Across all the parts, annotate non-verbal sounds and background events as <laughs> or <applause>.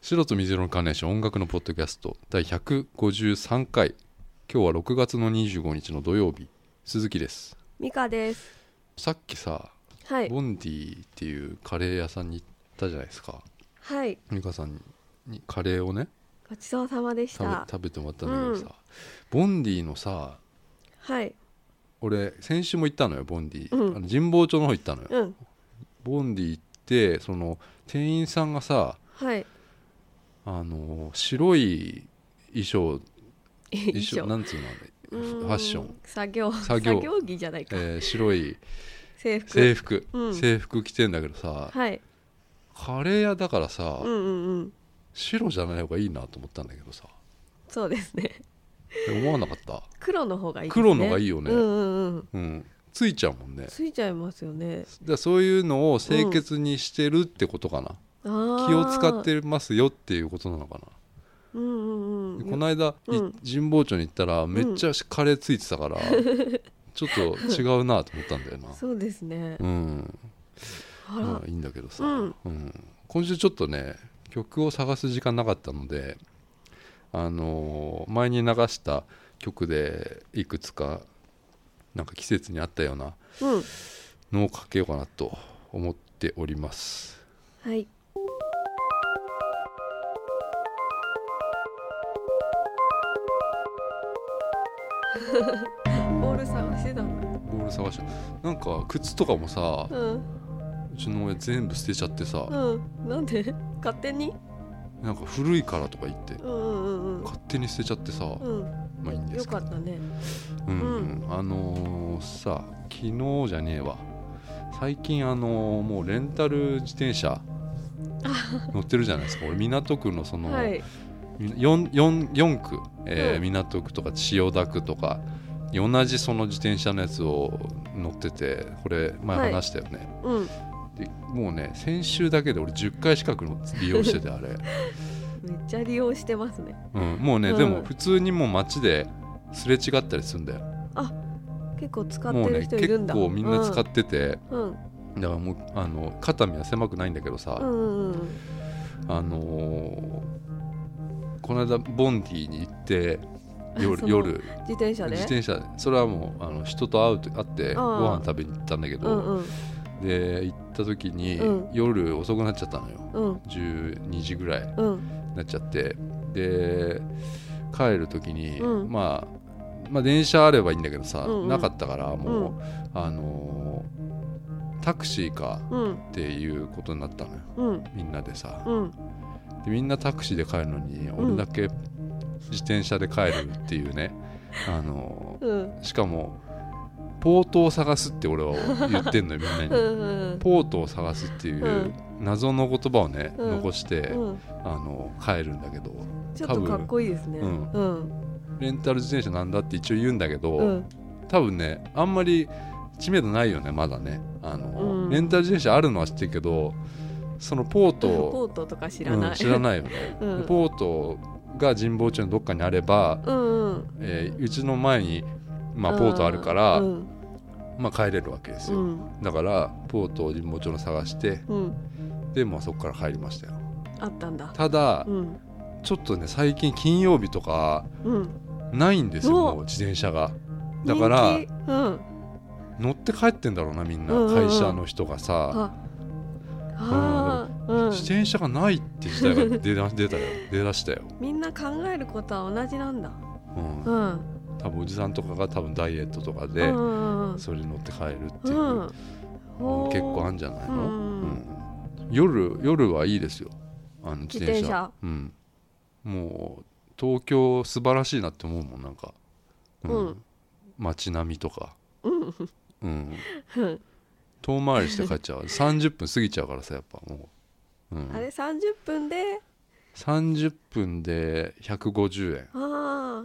白と水色のカーネーション音楽のポッドキャスト第153回今日は6月の25日の土曜日鈴木ですミカです。さっきさはい。ボンディっていうカレー屋さんに行ったじゃないですかはい。美香さんにカレーをねごちそうさまでし食べた。食べてもらったんだけどさ、ボンディのさはい。俺先週も行ったのよボンディ、うんあの神保町の方行ったのよ、うん。ボンディ行ってその店員さんがさはい。 <laughs> あの白い衣装一衣装なんつうのあれファッション、。作業。作作業業着じゃないか。えー白い制服。制服、うん制服着てんだけどさ、はい。カレー屋だからさ、うんうんうん。白じゃない方がいいなと思ったんだけどさそうですね。え思わなかった、黒の方がいいですね。黒のがいいよねうんうんうん。うん、ついちゃうもんねついちゃいますよね。だからそういうのを清潔にしてるってことかな、あー気を使っ。てますよっていうことなのかなうんうんうん。この間、いうん神保町に行ったらめっちゃカレーついてた <laughs> から、ちょっと違うなと思ったんだよなそうですねう。んあまらあいいんだけどさ、うんうん今週ちょっとね曲を探す時間なかったのであのー前に流した曲でいくつかなんか季節に合ったようなうん。のをかけようかなと思っておりますはい。 <laughs> ボール探してたんだ。ボール探しなんか靴とかもさうんうちの親全部捨てちゃってさ、うん。なんで？勝手に？なんか古いからとか言ってうんうんうん勝手に捨てちゃってさ、うん。まあいいんうん。でよすけかどったね。うんうあのーさ昨日じゃねえわ最近あのーもうレンタル自転車乗ってるじゃないですか俺港区のその、はい。 4, 4, 4区、えーうん港区とか千代田区とか同じその自転車のやつを乗っててこれ前はい話したよね、うん。でもうね先週だけで俺10回近くの利用 <laughs> しててあれ、めっちゃ利用してますね。うん、もうね、うんでも普通にもう街ですれ違ったりするんだよ結構使っもてうるね人いるん結だ。構みんな使っっ。てて、うん。だからもうあの肩身は狭くないんだけどさ、うんうんうん。あのーこの間ボンディに行って夜 <laughs> その夜自転車自で。転車それはもうあの人と会うと会ってあごあ飯食べに行ったんだけうんど、うんで行った時に、うん夜遅くなっちゃったのようん12時ぐらいにうんなっちゃってで帰る時に、うんまあまあ電車あればいいんだけどさ、うんうんなかったからもう、うあのータクシーかうんっていうことになったのようんみんなでさうん。でみんなタクシーで帰るのにうん俺だけ自転車で帰るっていう <laughs> ね、あのうんしかもポートを探すって俺は言って <laughs> んのよみんうなに。んうんポートを探すっていう謎の言葉をね、うん残して、うん。あの帰るんだけどちょっとかっこいいですね。多う分んうんレンタル自転車なんだって一応言うんだけど、うん多分ねあんまり知名度ないよねまだねあの、うんレンタル自転車あるのは知ってるけどそのポートを <laughs> ポートとか知らなうんい。知らないよね、 <laughs> うんでポートが神保町のどっかにあれば、うんうん。えーうちの前に、まあ、ポートあるから、うんまあ、帰れるわけですうよ、んだからポートを神保町の探してうん。で、まあ、そこから帰りましたよあったんだ。ただ、うんちょっとね最近金曜日とかうん。ないんですよおもう自転車がだから人気。うん。乗って帰ってんだろうなみんな、うんうんうん会社の人がさ、ああー、うん、自転車がないって時代 <laughs> が出だ出たよ出だしたよ、みんな考えることは同じなんだ。うんうん。多分おじさんとかが多分ダイエットとかうで、んうんうんそれに乗って帰るっていう、うん。うんほー結構あるんじゃないの、うんうん夜夜はいいですよあの自自転車転車うん、もう東京素晴らしいなって思うもんなんか、うん街並みとか、うんうん、うん遠回りして帰っ <laughs> ちゃう30分過ぎちゃうからさやっぱもう、うんあれ三十分で、 30分で150円ああ。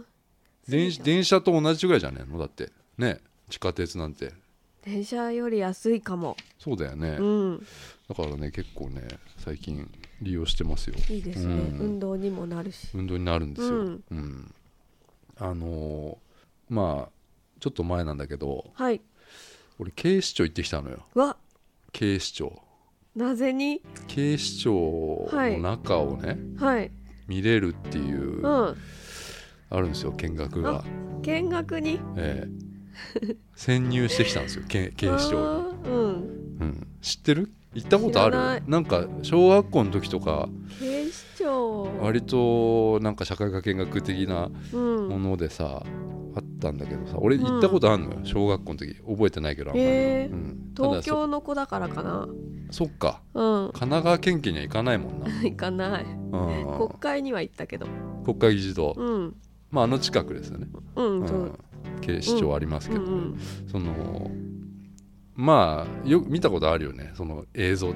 電そうじゃん電車と同じぐらいじゃねえのだってね地下鉄なんて電車より安いかも。そうだよね、うん。だからね結構ね最近利用してますよいいですね。うん運動にもなるし。運動になるんですよ、ううんんあのーまあちょっと前なんだけどはい。俺警視庁行ってきたのよわ、警視庁なぜに警視庁の中をね、はい見れるっていう、うんあるんですよ見学が、見学にええ潜入してきたんですよけ警視庁に、あーうんうん、知ってる行ったことある知らないなんか小学校の時とか警視庁割となんか社会科見学的なうんものでさ、あったんだけどさ俺行ったことあるのよ、小学校の時覚えてないけどあんまり、えーうん、ただ東京の子だからかなそそっかうん神 <laughs> 奈川県警には行かないもんな、行かないうん国会には行ったけど国会議事堂、うんまあ、あの近くですよね、うん、う、そうん警視庁ありますけうど、んうんそのまあよく見たことあるよねその映像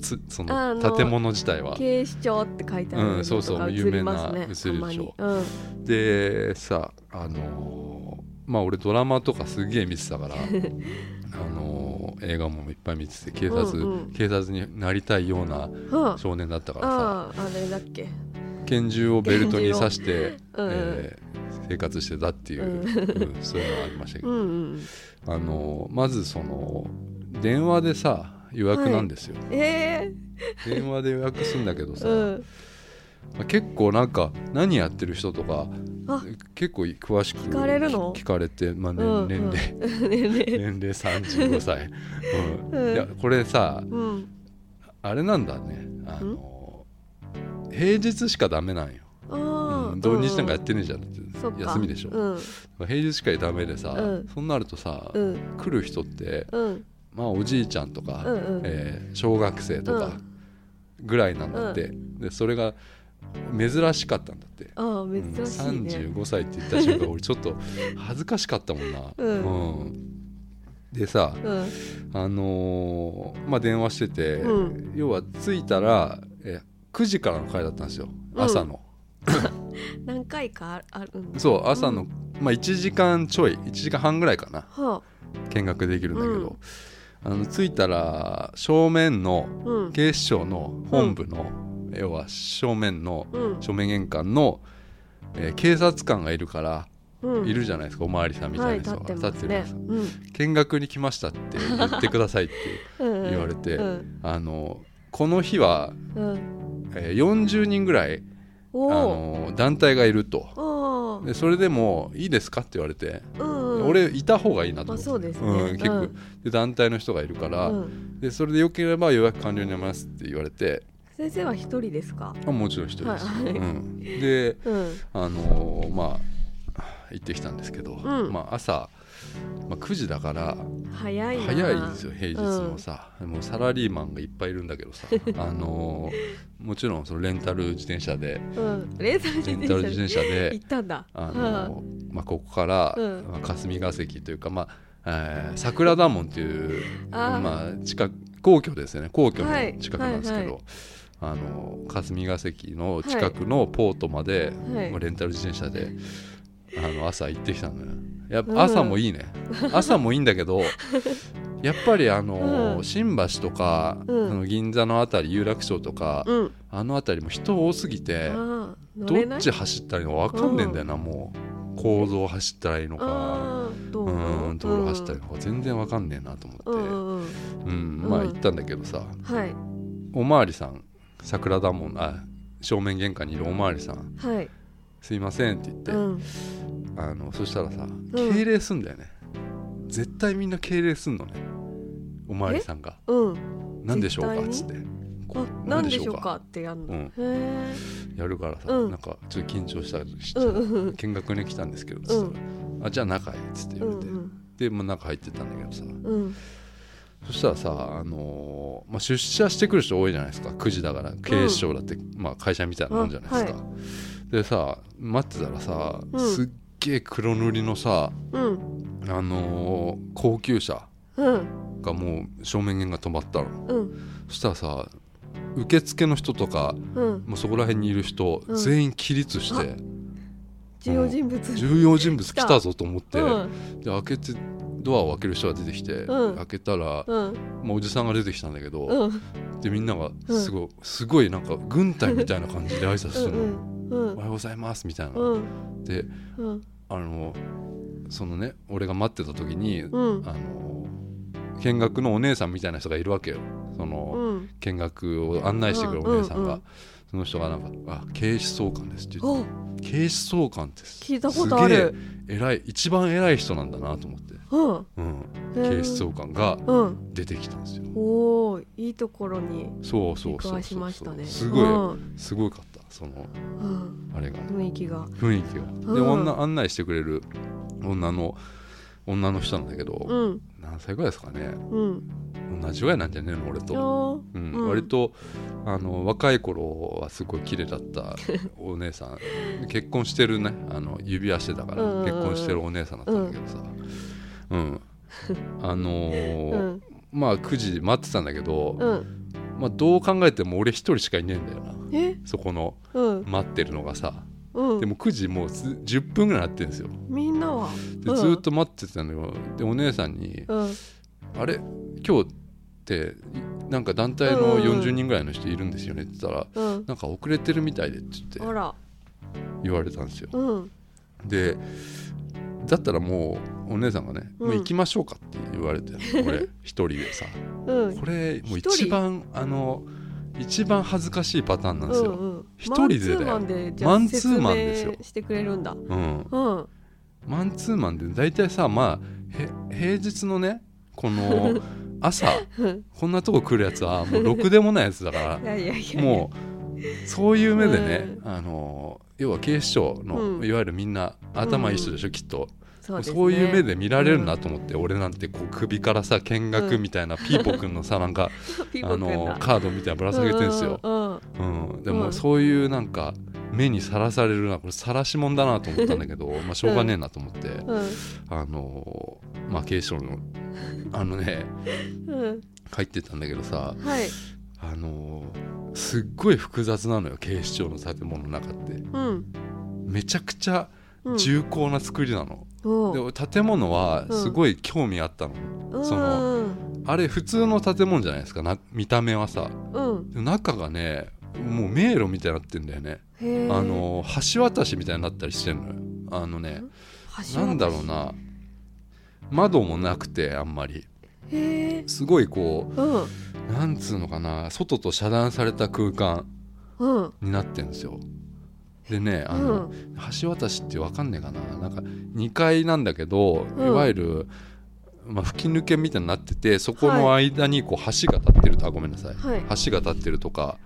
つそあのの建物自体は警視庁って書いてあるうんそうそうのとか映りますね有名な映るでしょたまにでさあのーまあ俺ドラマとかすげえ見て <laughs> たからあのー映画もいっぱい見てて警察、うんうん警察になりたいようなうん、は少年だったからさあああれだっけ拳銃をベルトに刺して、うんえー生活してたっていう、うんそういうのがありましたけうど、んうんあのーまずその電話でさ予約なんですよ、え電話で予約するんだけどえさ、まあ結構なんか何やってる人とかあ結構詳しく聞かれるの聞かれて、まあうね年ん齢うん <laughs> ねね年齢35歳、 <laughs> うんうんいやこれさうんあれなんだねあの平日しかダメなんよ、あうあん、土日なんかやっうてねえじゃん、んそっか休みでしょ、うん平日しかダメでさ、うんそうなるとさ、うん来る人ってうんまあおじいちゃんとか、うんうんえー小学生とうかぐらいなんだって、でそれが珍しかったんだってああ珍しいね35歳って言った瞬間俺ちょっと恥ずかしかったもんな。 <laughs> うんうんでさ、うんあのーまあ、電話してて、う要は着いたらえ9時からの会だったんですようん朝の、何回かああるんだそう朝の、うんまあ、1時間ちょい1時間半ぐらいかなは見学できるんだけど、あの着いたら正面のあうん警視庁の本部の、要は正面のうん正面玄関の、えー警察官がいるからうんいるじゃないですか、おまわりさんみたはいいな立人っが、てますね立ってるうんやつ見学に来ましたって言ってくださいって言われて、うんあのこの日は、うんえー40人ぐらいあおおの団体がいるとおーでそれでもいいですかって言われて、うんうん俺いた方がいいなと思まあって、そうですねん結構、うんで団体の人がいるから、うんでそれでよければ予約完了になりますって言われて先生は一人ですかあもちろん一人です、はいはいうん、でうんあのーまあ行ってきたんですけど、んまあ、朝、まあ、9時だから早いな早いですよ平日のさ、もうサラリーマンがいっぱいいるんだけどさ <laughs> あのーもちろんそのレンタル自転車でうんレーザー自レン転タ車ルで自転車で行ったんだあのーまあ、ここから、うんまあ、霞が関というか、まあえー桜田門というあーまあ、近く皇居ですよね皇居のはい近くなんですけど、はいはいあのー霞が関の近くのポートまで、はいまあレンタル自転車であの朝行ってきたのよやっぱ朝もいいね、朝もいいんだけ <laughs> どやっぱりあのー、うん新橋とか、うんあの銀座の辺り有楽町とか、うんあの辺りも人多すぎて、あー乗れどなっいち走ったらいいのか分かんねえんだよな、もう構造走ったらいいのか。あー道う路ん道路走ったりとか全然わかんねえなと思って、ううんうんんうんうんまあうん行ったんだけどさはいおまわりさん桜田門あ正面玄関にいるおまわりさんはい「すいません」って言って、うんあのそしたらさ敬礼すんだよね、絶対みんな敬礼すんのねおまわりさんがうん「何でしょうか」絶対っにつってこあうなんでしょうかってやんのうんへえやるからさ、うんなんかちょっと緊張したりして、うんうんうん見学に来たんですけどつったらあじゃあ中へ」っつって言うわんれて、うんで、まあ、中入ってったんだけどさうんそしたらさ、あのーまあ、出社してくる人多いじゃないですか9時だから警視庁だって、まあ、会社みたいなもんじゃないですか、でさ待ってたらさ、うんすっげえ黒塗りのさ、うんあのー高級車うんがもう正面弦が止まったのうんそしたらさ受付の人とかうんもうそこら辺にいる人、うん全員起立して重要人物重要人物来たぞと思って、うんで開けてドアを開ける人が出てきて、うん開けたら、うんまあ、おじさんが出てきたんだけど、うんでみんながうんすごい、すごいなんか軍隊みたいな感 <laughs> じで挨拶うするのんう「おんはようございます」みたいな、うんでうんあのそのね俺が待ってた時に、うんあの見学のお姉さんみたいな人がいるわけよその、うんうん見学を案内してくれるお姉さんうんうんうがんその人がなんか「あ警視総監です」って言ってお「警視総監です」聞いたことあるすげえ偉い一番偉い人なんだなと思って、ううんん、へー警視総監がうん出てきたんですよおおいいところにそうそ出うくそうわしそまうしたねすごい、うんすごかったそのうんあれがね雰囲気が雰囲気が、でうん女案内してくれる女の女の人なんだけど、うん何歳ぐらいですかねうん同じぐらいなんじゃねえの俺あと、ーうんうん割とあの若い頃はすごい綺麗だったお姉さん結婚してるねあの指輪してたからうんうんうん結婚してるお姉さんだったんだけどさうん、あのーうんまあ9時待ってたんだけど、うんまあ、どう考えても俺一人しかいねえんだよなえそこのうん待ってるのがさうんでも9時もうす10分ぐらいなってるんですよみんなはでうんずーっと待ってたのよでお姉さんにうんあれ今日ってなんか団体うんのうんうん40人ぐらいの人いるんですよねって言ったら、うんなんか遅れてるみたいでって言ってほら言われたんですようんでだったらもうお姉さんがね、うんもう行きましょうかって言われて俺 <laughs> 一人でさうんこれもう一人一番あの一番恥ずかしいパターンなんでうすんよ、うん一人でだよマンツーマンでじゃあマンツーマンですよ説明してくれるんだうんうんマンツーマンで大体さまあへ平日のねこ <laughs> の朝うんこんなとこ来るやつはもうろくでもないやつだからいやいや <laughs> いやもうそういう目でね、あの要は警視庁の、うんいわゆるみんな頭いい人でしょ、きっとそそう,、ですねいう目で見られるなと思って、俺なんてこう首からさ見学みたいな、ピーポくんのさなんか <laughs> ピーポあくんのだカードみたいなぶら下げてんすよ、うんうんうんうんでも、うんそういうなんか目にさらされるなこれさらしもんだなと思ったんだけどまあしょうがねえなと思って、うんあのまあ警視庁 <laughs> のあのねうん入ってたんだけどさ、はいあのーすっごい複雑なのよ警視庁の建物の中ってうんめちゃくちゃうん重厚な作りなの、おでう建物はうんすごい興味あったの、うんそあれ普通の建物じゃないですかな見た目はさうんで中がねもう迷路みたいになってんだよね、へーあのー橋渡しみたいになったりしてんのよあのね橋渡しなんだろうな窓もなくてあんまりへえすごいこうんうなんつうのかな外と遮断された空間うんになってんですよでねあうの、ん橋渡しってわかんねえかななんか2階なんだけど、うんいわゆる、まあ、吹き抜けみたいになっててそこの間にこう橋が立ってるとあごめんなさい、はい橋が立ってるとか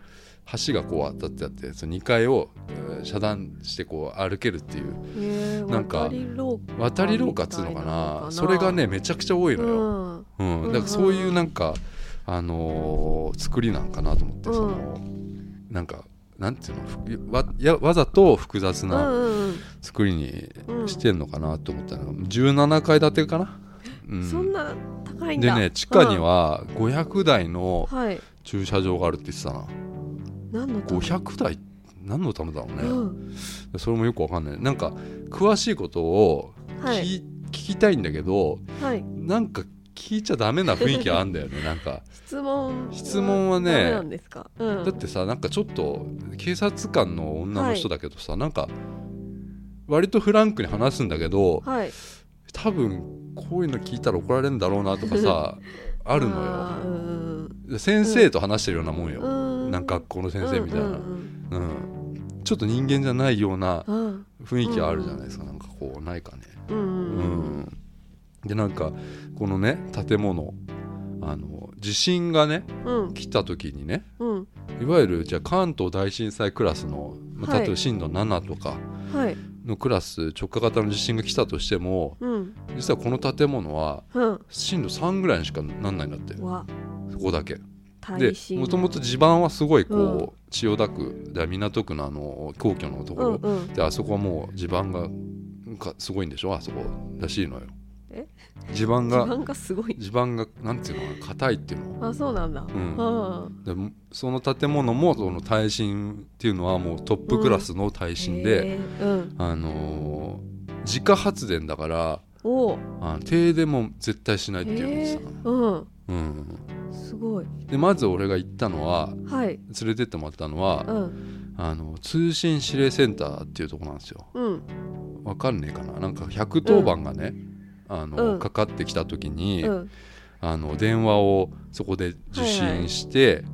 橋がこう当たってあってその2階をえー遮断してこう歩けるっていうへーなんか渡り廊下渡り廊下っつうのかなみたいなのかなそれがねめちゃくちゃ多いのよ、ううんんうんだからそういうなんか、あのー作りなんかなと思って、うんそのなんかなんていうのふわやわざと複雑うなんうん作りにうんしてんのかなと思ったの、17階建てかな、ううんんそんな高いんでだね地下には500台のうんはい駐車場があるって言ってたな何のため500台何のためだろうね、うんそれもよくわかんないなんか詳しいことを聞,、はい聞きたいんだけどはいなんか聞いちゃダメな雰囲気あんだよねなんか質問質問はねダメなんですかうんだってさなんかちょっと警察官の女の人だけどさ、なんか割とフランクに話すんだけど、はい多分こういうの聞いたら怒られるんだろうなとか <laughs> さあるのよーうんで先生と話してるようなもんうよ、んなんか学校の先生みたいな、ううんんちょっと人間じゃないようなうんうん雰囲気はあるじゃないですか、なんかこうないかねううんん、うんでなんかこのね建物あの地震がねうん来た時にねうんいわゆるじゃあ関東大震災クラスの、まあはい例えば震度7とかはいのクラス直下型の地震が来たとしてもうん実はこの建物はうん震度3ぐらいにしかなんないんだってはそこだけで耐震もともと地盤はすごいこう、うん千代田区だ港区のあの皇居のとこうろ、んうんであそこはもう地盤がかすごいんでしょあそこらしいのよえ地盤地が盤がすごい地盤がなんていうのかな硬いっていうのあそうなんだんあでもその建物もその耐震っていうのはもうトップクラスの耐ー震で、へーうんあのー自家発電だからおうあの停電も絶対しないっていうへのーううん、んすごいでまず俺が行ったのはは連いれてってもらったのは、うんあの通信指令センターっていうところなんですようんわかんねえかななんか110番がね、あのうんかかってきた時に、うんあの電話をそこで受信して、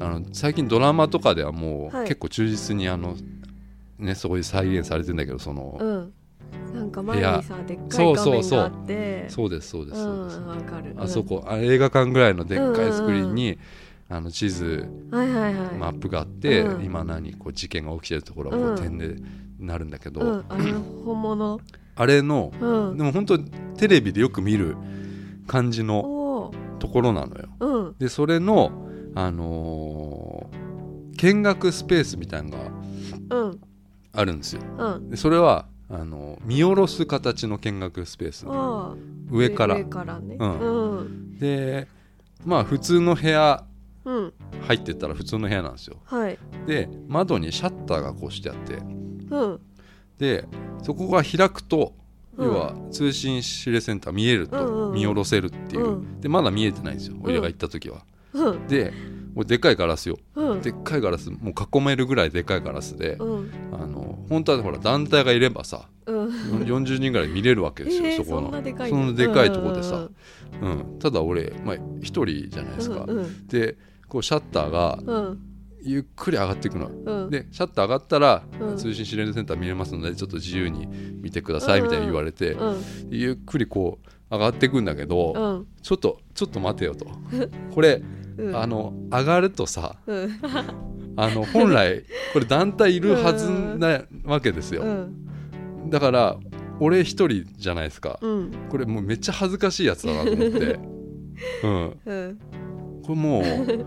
あの最近ドラマとかではもうはい結構忠実にあの、ね、そこで再現されてんだけどその、うんなんか前にさでっかそいう画そう面そうがあってそうですそうですそうです、んわかるあそこあ映画館ぐらいのでっかいスクリーンに、あの地図うんはいはいはいマップがあって、うん今何こう事件が起きてるところはこううん点でなるんだけど、うんあれ本物あれのうんでも本当テレビでよく見る感じのおーところなのよ。うんでそれの、あのー見学スペースみたいなのがうんあるんですよ。うんでそれはあの見下ろす形の見学スペースああ上から上からねううんんでまあ普通の部屋うん入ってったら普通の部屋なんですよはいで窓にシャッターがこうしてあってうんでそこが開くとうん要は通信指令センター見えると、うんうんうん見下ろせるっていう、うでまだ見えてないんですよん俺らが行った時は、うんでこれでかいガラスようんでっかいガラスもう囲めるぐらいでかいガラスで、うんあの本当はほら団体がいればさうん40人ぐらい見れるわけですよ、えーそこのんなでかいそのでかいとこでさうんうん、ただ俺、まあ、1人じゃないですか、うんうんでこうシャッターがうんゆっくり上がっていくのうんでシャッター上がったら、うん通信指令センター見れますのでちょっと自由に見てくださいみたいに言われて、うんゆっくりこう上がっていくんだけど、うんちょっとちょっと待てよとこれ、うんあの上がるとさうんあの本来これ団体いるはずなわけですうよ、んだから俺一人じゃないですか、うんこれもうめっちゃ恥ずかしいやつだなと思 <laughs> って、うん、うんこれもう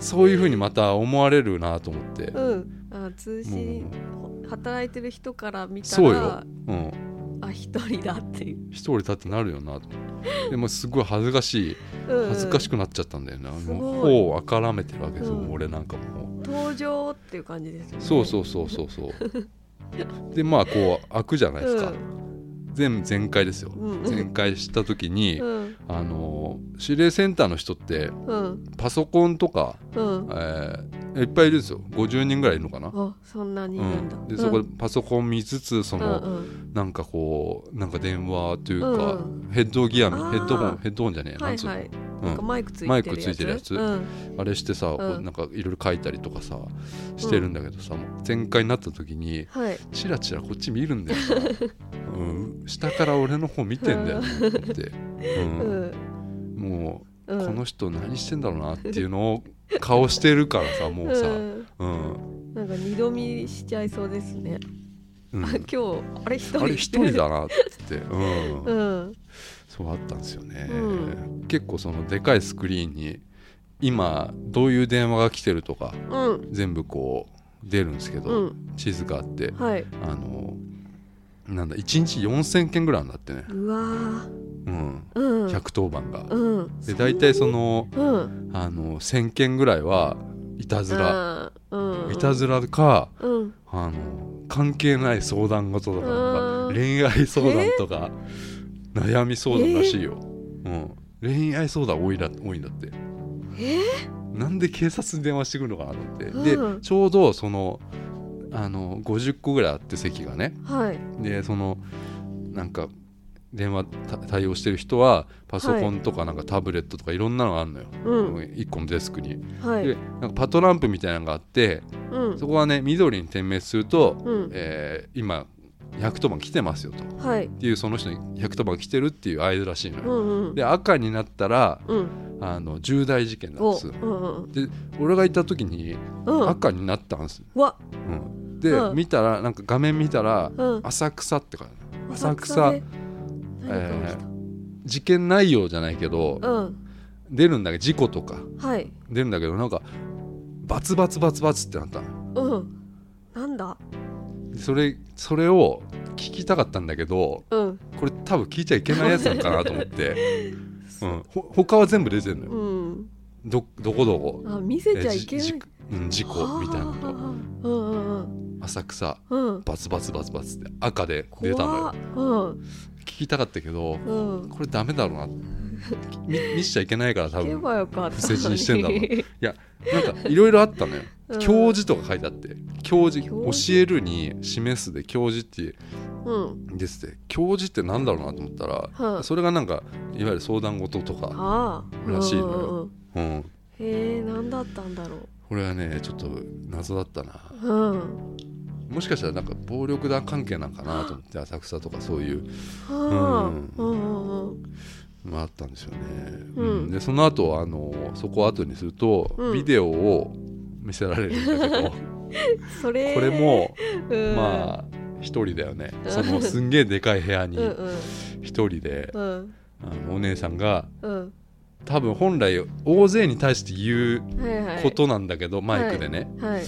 そういうふうにまた思われるなと思って、うんあ通信働いてる人から見たそうよらうん、あ一人だっていう一人だってなるよなとでもすごい恥ずかしい恥ずかしくくなっちゃったんだよな、すごいもう頬をあからめてるわけですよ、うん俺なんかもう登場っていう感じですよねそうそうそうそうそうでまあこう開くじゃないですか、う全部全開ですよ、うん全開した時に、うんあの指令センターの人ってうんパソコンとか、うんえーいっぱいいるんですよ50人ぐらいいるのかな、あそんなにいるんだ、うん、でそこでパソコン見つつその、うんなんかこうなんか電話というか、うんヘッドギアみあーヘッドホンヘッドホンじゃねえ、はいなはんいつうなんの、かマイクついてるマやつイクついてるやつうんうん、あれしてさ、こううんなんかいろいろ書いたりとかさしてるんだけどさ、もう全開になった時にはいチラチラこっち見るんだ <laughs> よな、うん、下から俺の方見てんだよなと思って、ううんんもうう、んこの人何してんだろうなっていうのを顔してるからさもうさ、うんんなんか二度見しちゃいそうですね、 <laughs> うんあ今日あれ一人あれ一人だなって、うんうんそうあったんですよね、う結構そのでかいスクリーンに今どういう電話が来てるとかうん全部こう出るんですけうど、ん地図があってはいあのなんだ1日4,000件ぐらいになってね、うわーうん、うん110番が。うんで大体そのうんあの1,000件ぐらいはいたずら、うんいたずらかうんあの関係ない相談事とかなんうかん恋愛相談とか、悩み相談らしいよ、うん、恋愛相談多いら多いんだってえなんで警察に電話してくるのかなと思って、うでんちょうどそのあの50個ぐらいあって席がねはいでそのなんか電話た対応してる人はパソコンとかなんかタブレットとかいろんなのがあるのよ、うん1個のデスクに、はでいなんかパトランプみたいなのがあってうんそこはね緑に点滅するとうんえー今110番来てますよとっはいていうその人に110番来てるっていう合図らしいのうよ、んうんで赤になったらうんあの重大事件なんおですうん俺が行った時にうんうん赤になったんです、わうんで、うん見たらなんか画面見たらうん浅草ってか浅浅草草でえ何か起きた事件内容じゃないけどうん出るんだけど事故とかはい出るんだけどなんかバツバツバツバツってなったのうんなんだでそれそれを聞きたかったんだけどうんこれ多分聞いちゃいけないやつなのかなと思って、 <laughs> うん、ほ他は全部出てんのようんどどこどこあ見せちゃいけえなじいじうん事故みたいなはあはあのはあうん浅草うんうんうんバツバツバツバツって赤で出たの怖よっうん聞きたかったけどうんこれダメだろうな見見しちゃいけないから多聞け分ばよかったのに伏せ字にしてんだもんなんかいろいろあったのよ、うん教授とか書いてあって教授教教えるに示すで教授ってうんですって教授ってなんだろうなと思ったら、うんそれがなんかいわゆる相談事とか、ああらしいのようんうんうん、うんへえなん何だったんだろこれはねちょっと謎だったなううんもしかしたらなんか暴力団関係なんかなと思って浅草とかそういうはあうんうんうんうんのがあったんですよね、うんうんでその後あのそこを後にすると、うんビデオを見せられるんだ <laughs> けどこそれれも、うんまあ一人だよねうんそのすんげえでかい部屋にうんうん一人で、うんあのお姉さんがうん多分本来大勢に対して言うはいはいことなんだけど、マイクでね、はい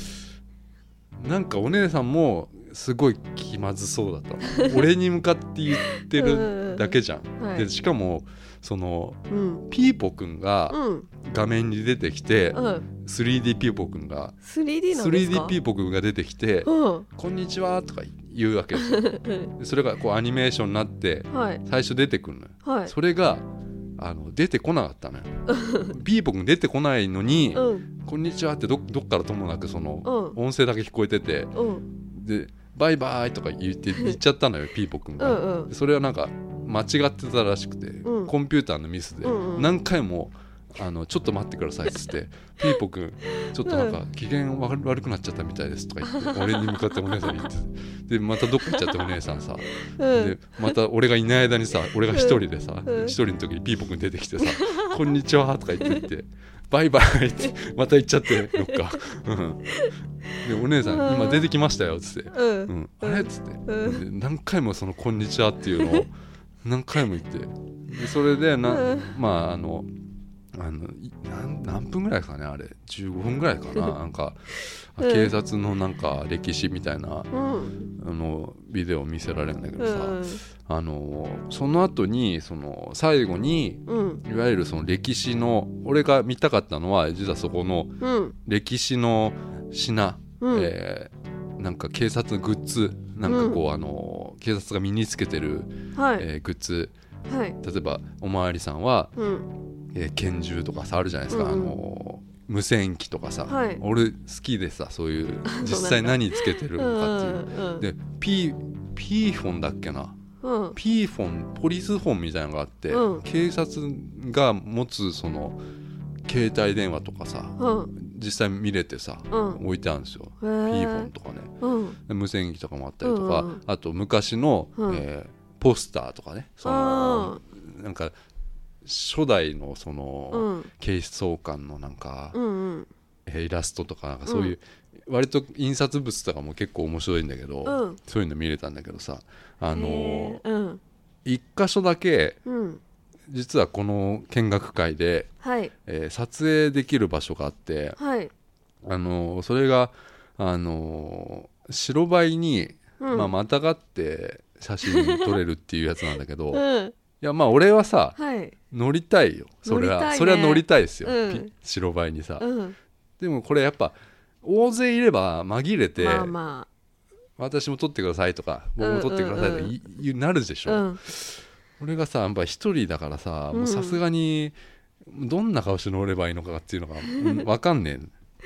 なんかお姉さんもすごい気まずそうだったの <laughs> 俺に向かって言ってるだけじゃん。はいでしかもそのうんピーポくんがうん画面に出てきて、うん 3D ピーポくんが 3D なんですか 3D ピーポくんが出てきてう「んこんにちは」とか言うわけですようんでそれがこうアニメーションになってはい最初出てくるのよはいそれがあの出てこなかったのよピーポくん出てこないのにうん「こんにちは」ってどどっからともなくそのうん音声だけ聞こえててうんで「バイバイ」とか言って言っちゃったのよピーポくんうんが。うんそれはなんか間違ってたらしくて、うんコンピューターのミスでうんうん何回も「あのちょっと待ってください」っつ <laughs> って「ピーポくんちょっとなんか機嫌わ悪くなっちゃったみたいです」とか言って俺に向かってお姉さんに言ってでまたどっか行っちゃってお姉さんさうんでまた俺がいない間にさ俺が一人でさうん一人の時にピーポくん出てきてさ「こんにちは」とか言って言って「バイバイ」ってまた行っちゃってどっか。うんでお姉さん「今出てきましたよ」っつってうんううんん、あれっつって、うで何回もその「こんにちは」っていう <laughs> のを何回も言ってでそれでな、うんまああのあのいなん何分ぐらいですかねあれ15分ぐらいかななんか、うん警察のなんか歴史みたいなうんあのビデオを見せられるんだけどうさ、んあのその後にその最後にうんいわゆるその歴史の俺が見たかったのは実はそこのうん歴史の品うんえーなんか警察のグッズなんかこう、あの警察が身につけてる、はいえーグッズはい例えばおまわりさんは、うんえー拳銃とかさあるじゃないですか、うんうんあの無線機とかさ、はい俺好きでさそういう実 <laughs> そう際なん何つけてうるんのかっていう。うんでピーピーフォンだっけなうんピーフォンポリスフォンみたいなのがあって、うん警察が持つその携帯電話とかさうん実際見れてさ、うん置いてあるんですよ、へピーフーォンとかねうん無線機とかもあったりとか、うんうんあと昔の、うんえーポスターとかねそのなんか初代のそうの、ん警視総監のなんか、うんうんえーイラストとかなんかそういう、割と印刷物とかも結構面白いんだけど、うんそういうの見れたんだけどさあのへーうん一箇所だけうん実はこの見学会で、はいえー撮影できる場所があってはいあのそれがあの白バイにうんまあ、またがって写真撮れるっていうやつなんだけ <laughs> ど、いうんやまあ俺はさはい乗りたいよそれは、乗りたいねそれは乗りたいですよ、うんピ白バイにさ、うんでもこれやっぱ大勢いれば紛れて、まあま私も撮ってくださいとか僕も撮ってくださいとかうんうんうんいいなるでしあょ、うん俺がさやっぱ一人だからさもううんさすがにどんな顔して乗ればいいのかっていうのが <laughs> うんわかんね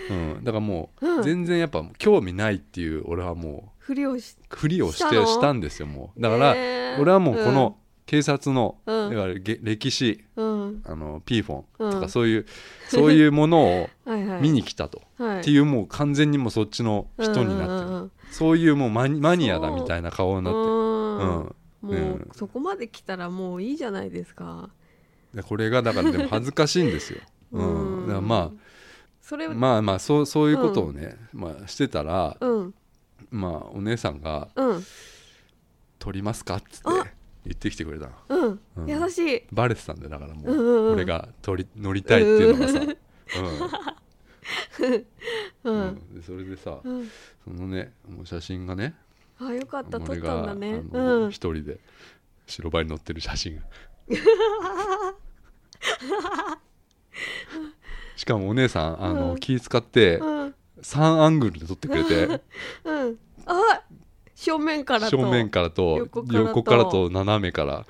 え、うん、だからもううん全然やっぱ興味ないっていう俺はもうふりをしふりをしてしたのしたんですよもうだから、ねー俺はもうこの警察の、うんいわゆるげ歴史うんあのピーフォンとうかんそういう、そういうものをはい <laughs> はい見に来たと、はいっていうもう完全にもうそっちの人になってる、うんうんそういうもうマニマニアだみたいな顔になってうる、んうんもうんうそこまで来たらもういいじゃないですかでこれがだからでも恥ずかしいんですよ、うん <laughs> うんだからまそれあをまあまあそうそういうことをね、まあ、してたら、うんまあ、お姉さんがうん「撮りますか?」っつってあ言ってきてくれたのうんうん優しいバレてたんだよだからもうんうんううん俺が撮り乗りたいっていうのがさ、 <laughs> うんううんんでそれでさ、うんそのねもう写真がねあよかった撮っ俺たんがだあねのうん一人で白バイに乗ってる写 <laughs> 真がしかもお姉さんあの、うん気使ってうん3アングルで撮ってくれてうん <laughs> あ正面からと正面からと横からとと斜めからっ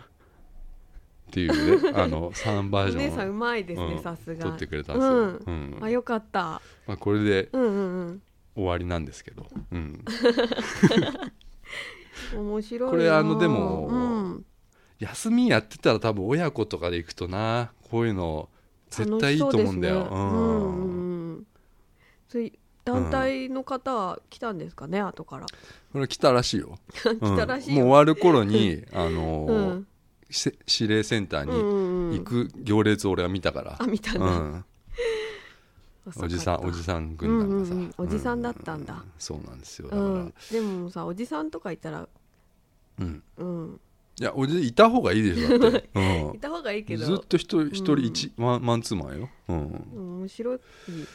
ていうねあの3バおージョン姉さんうまいですうねんさすが撮ってくれたんですよ、うんうんあよかったまあ、これでうんうん終わりなんですけど、うん、うん面白いこなれあのでもうん休みやってたら多分親子とかで行くとなこういうの絶対いいと思うんだよ楽しそうですねうんうんうんそれ団体の方は来たんですかね、後からこれ来たらしいよ、 <laughs> 来うんたらしいもう終よ、わる頃 <laughs> にあのうー、んせ指令センターうんにうんうん行く行列を俺は見たからあ、見たういんな、おじさんおじささん軍団がさ、うんうんうんおじさんだったんだうそうなんですよだうから、ん、でもさおじさんとかいたらうんうんいやおじいた方がいいでしょだって、ういんた方がいいけどずっと一人一人うん一、ワンマンツーマンよ、うん面うん面白い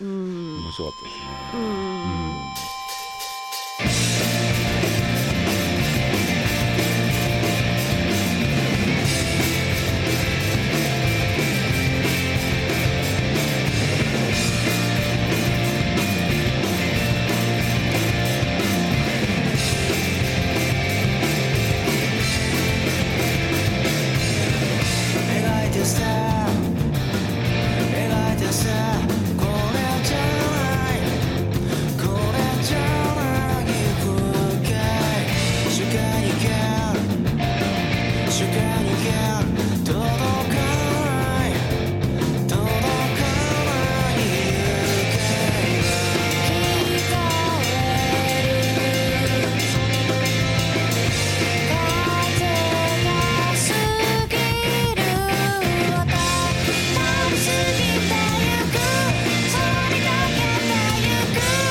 うんうん白かったですね描いてさ描いてさこれじゃないこれじゃない不快主観に間主観に間届かない届かない愉快は「風が過ぎる音」「たすぎてゆく」「そり抜けてゆく」「話したことはもう忘れてね」「ずっと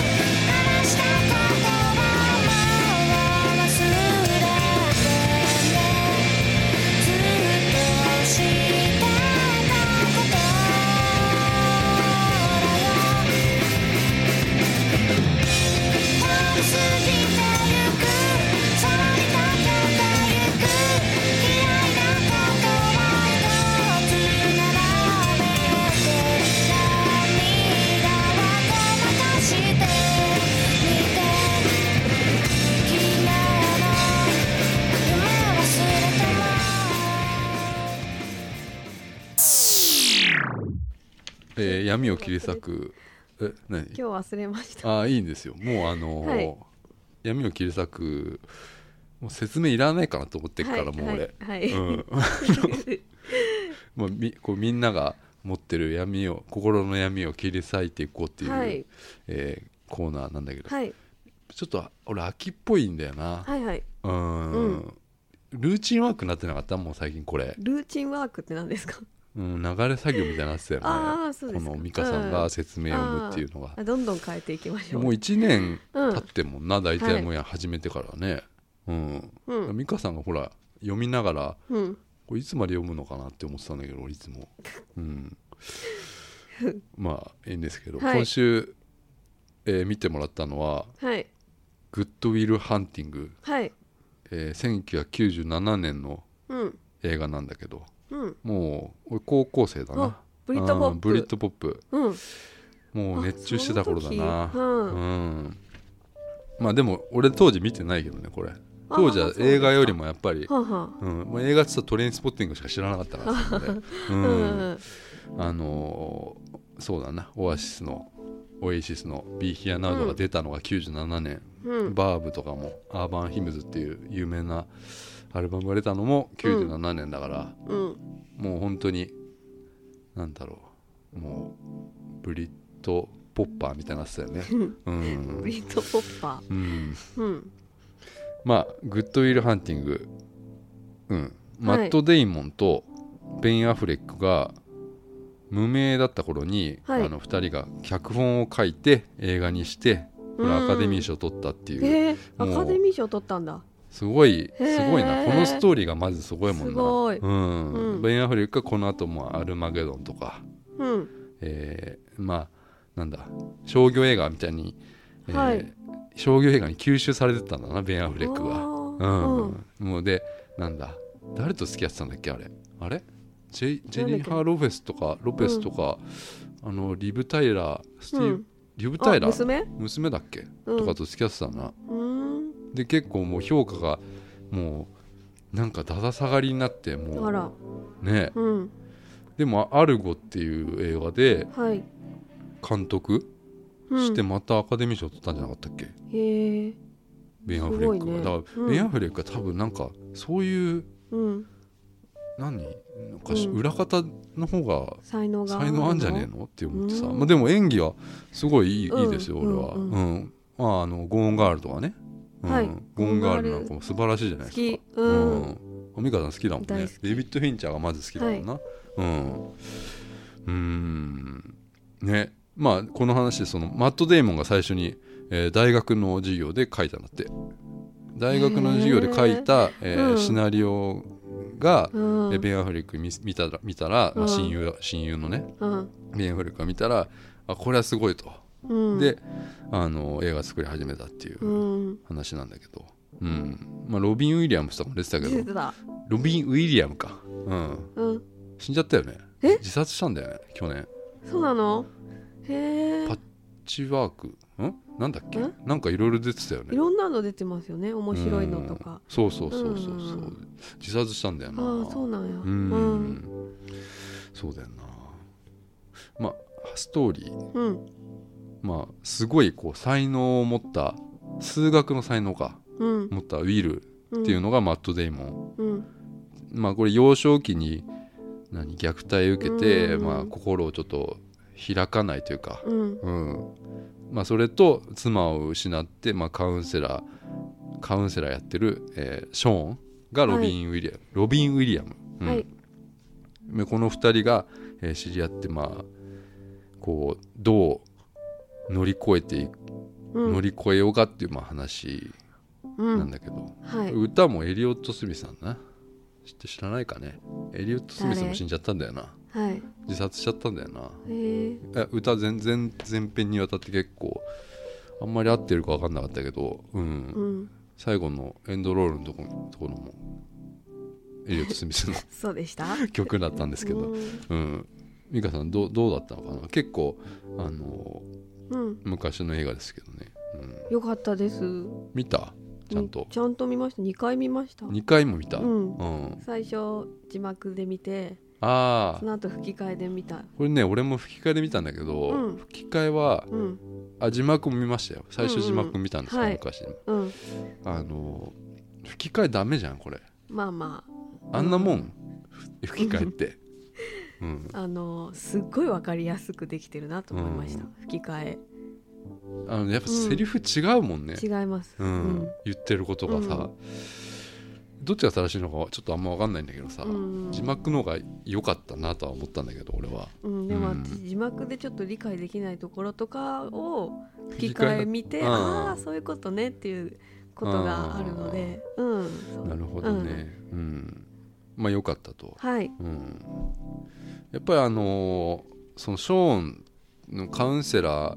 知ってたことだよ」「通り過ぎてゆく」「そり抜けてゆく」「嫌いなことは一つ並べて」「涙はごまかしてみて」「昨日の夢忘れても」えー闇を切り裂くえ何今日忘れましたああいいんですよもうあのーはい闇を切り裂くもう説明いらないかなと思ってっから、もう俺、はい、はいうん <laughs> <laughs> まあ、みこうみんなが持ってる闇を心の闇を切り裂いていこうっていう、はいえーコーナーなんだけど、はいちょっと俺秋っぽいんだよな、はいはいうーんうんルーチンワークになってなかったもう最近これ、ルーチンワークって何ですかうん、流れ作業みたいになってたよねああそうでこすかの美香さんが説明を読むっていうのがあ、どんどん変えていきましょうもう1年うん経ってんもんな、大体もうや始めてからね、ううんん、美香さんがほら読みながらうんこれいつまで読むのかなって思ってたんだけど俺いつも、うん、まあいいんですけど、はい今週、えー見てもらったのははい「グッドウィル・ハンティングはい」えー1997年のうん映画なんだけどうんもう俺高校生だなあブリッドポッうんプブリッドポップうんもう熱中してた頃だあなその時ううんまあでも俺当時見てないけどねこれ当時あはーそうです映か画よりもやっぱりはあはうん、もう映画って言ったらトレインスポッティングしか知らなかった <laughs> からそれまであうんうんあのーそうだなオアシスのオエシスの「ビーヒアナウド」が出たのが97年、うんバーブとかも「アーバン・ヒムズ」っていう有名なアルバムが出たのも97年だから、うんもう本当になんだろうもうブリッド・ポッパーみたいになってた <laughs> よね、うんブリッドポッパうん、ーうんまあグッドウィル・ハンティング、うん、マはいット・デイモンとベン・アフレックが無名だった頃に、はいあの2人が脚本を書いて映画にしてこれうんアカデミー賞を取ったっていう、えー、もうアカデミー賞取ったんだすごいへーすごいなこのストーリーがまずすごいもんなすごいうんうんベン・アフレックはこの後も「アルマゲドン」とか、うんえーまあなんだ商業映画みたいに、えーはい商業映画に吸収されてたんだなベン・アフレックが。うはうんん、もうでなんだ誰と付き合ってたんだっけあれあれジェイジェニーハー・ロフェスとかロペスとか、あのリブ・タイラースティーブ、うんリブ・タイあラー娘娘だっけ、うんとかと付き合ってたなうーで結構もう評価がもうなんかだだ下がりになってもんあうらねうんでも「アルゴ」っていう映画ではい、監督うん、してまたアカデミー賞取ったんじゃなかったっけ、へえベン・アフレックが、すごいねだから、うんベン・アフレックは多分なんかそういううん何なんかしうん裏方の方が才能が才能あんじゃねえのって思ってさ、うんまあ、でも演技はすごいいい,、うんいいですよ俺は、ううんんまあ、あのゴーンガールとかね、うんはいゴーンガールなんかも素晴らしいじゃないで好すきかう、うんん美香さん好きだもん大ね好きデイビッド・フィンチャーがまず好きだもんな、うんうーんねまあこの話そのマット・デイモンが最初に、えー大学の授業で書いたんだって大学の授業で書いた、えーうんシナリオが、うんでベン・アフレック見見たら見たら、まうあ、ん親友親友のねうんベン・アフレックが見たらあこれはすごいと、うん、、であの映画作り始めたっていううん話なんだけど、うんまあ、ロビン・ウィリアムスとかも出てたけ出どてた、ロビン・ウィリアムか、うん、うん、死んじゃったよねえ自殺したんだよね去年そうなのへえパッチワークんなんだっけんなんかいろいろ出てたよいねろんなの出てますよね面白いのとかうんそうそうそうそうそうう自殺したんだよなああそうなんやう、うんんそうだよなまあストーリーうんまあすごいこう才能を持った数学の才能かうん持ったウィルうんっていうのがマット・デイモン、うんまあこれ幼少期に何虐待を受けて、うんまあ、心をちょっと開かないというか、うんうんまあ、それと妻を失って、まあ、カウンセラーカウンセラーやってる、えーショーンがロビン・ウィリアム、ロビン・ウィリアム、うんはいでこの2人が、えー知り合ってまあこうどう乗り越えていく、うん乗り越えようかっていう、まあ、話うなんんだけど、はい歌もエリオット・スミスなんだな知って知らないかねエリオット・スミスも死んじゃったんだよなはい自殺しちゃったんだよなへええ歌全然全編にわたって結構あんまり合ってるか分かんなかったけど、うんうん最後のエンドロールのところのもエリオット・スミスの <laughs> そうでした曲だったんですけど、うんうん、美香さんどうどうだったのかな結構あのうん昔の映画ですけどね、よかったですうん、見たちゃんとちゃんと見ました二回見ました2回も見た、うんうん最初字幕で見てああその後吹き替えで見たこれね俺も吹き替えで見たんだけど、うん吹き替えはうんあ字幕も見ましたよ最初字幕見たんですよ、うんうんはい昔にうんあの吹き替えダメじゃんこれまあまあんなもん吹き替えって、うん、ああのすっごいわかりやすくできてるなと思いましたう吹き替あのやっぱセリフ違うもんね、え違いますうん言ってることがさ、どっちが正しいのかはちょっとあんま分かんないんだけどさ、うん字幕の方が良かったなとは思ったんだけど俺はうん、でもうん私字幕でちょっと理解できないところとかを吹き吹き替え替え見てうんああそういうことねっていうことがあるのでうんそうなるほどね、うんまあ良かったと、はいうん、やっぱりあのーそのショーンのカウンセラー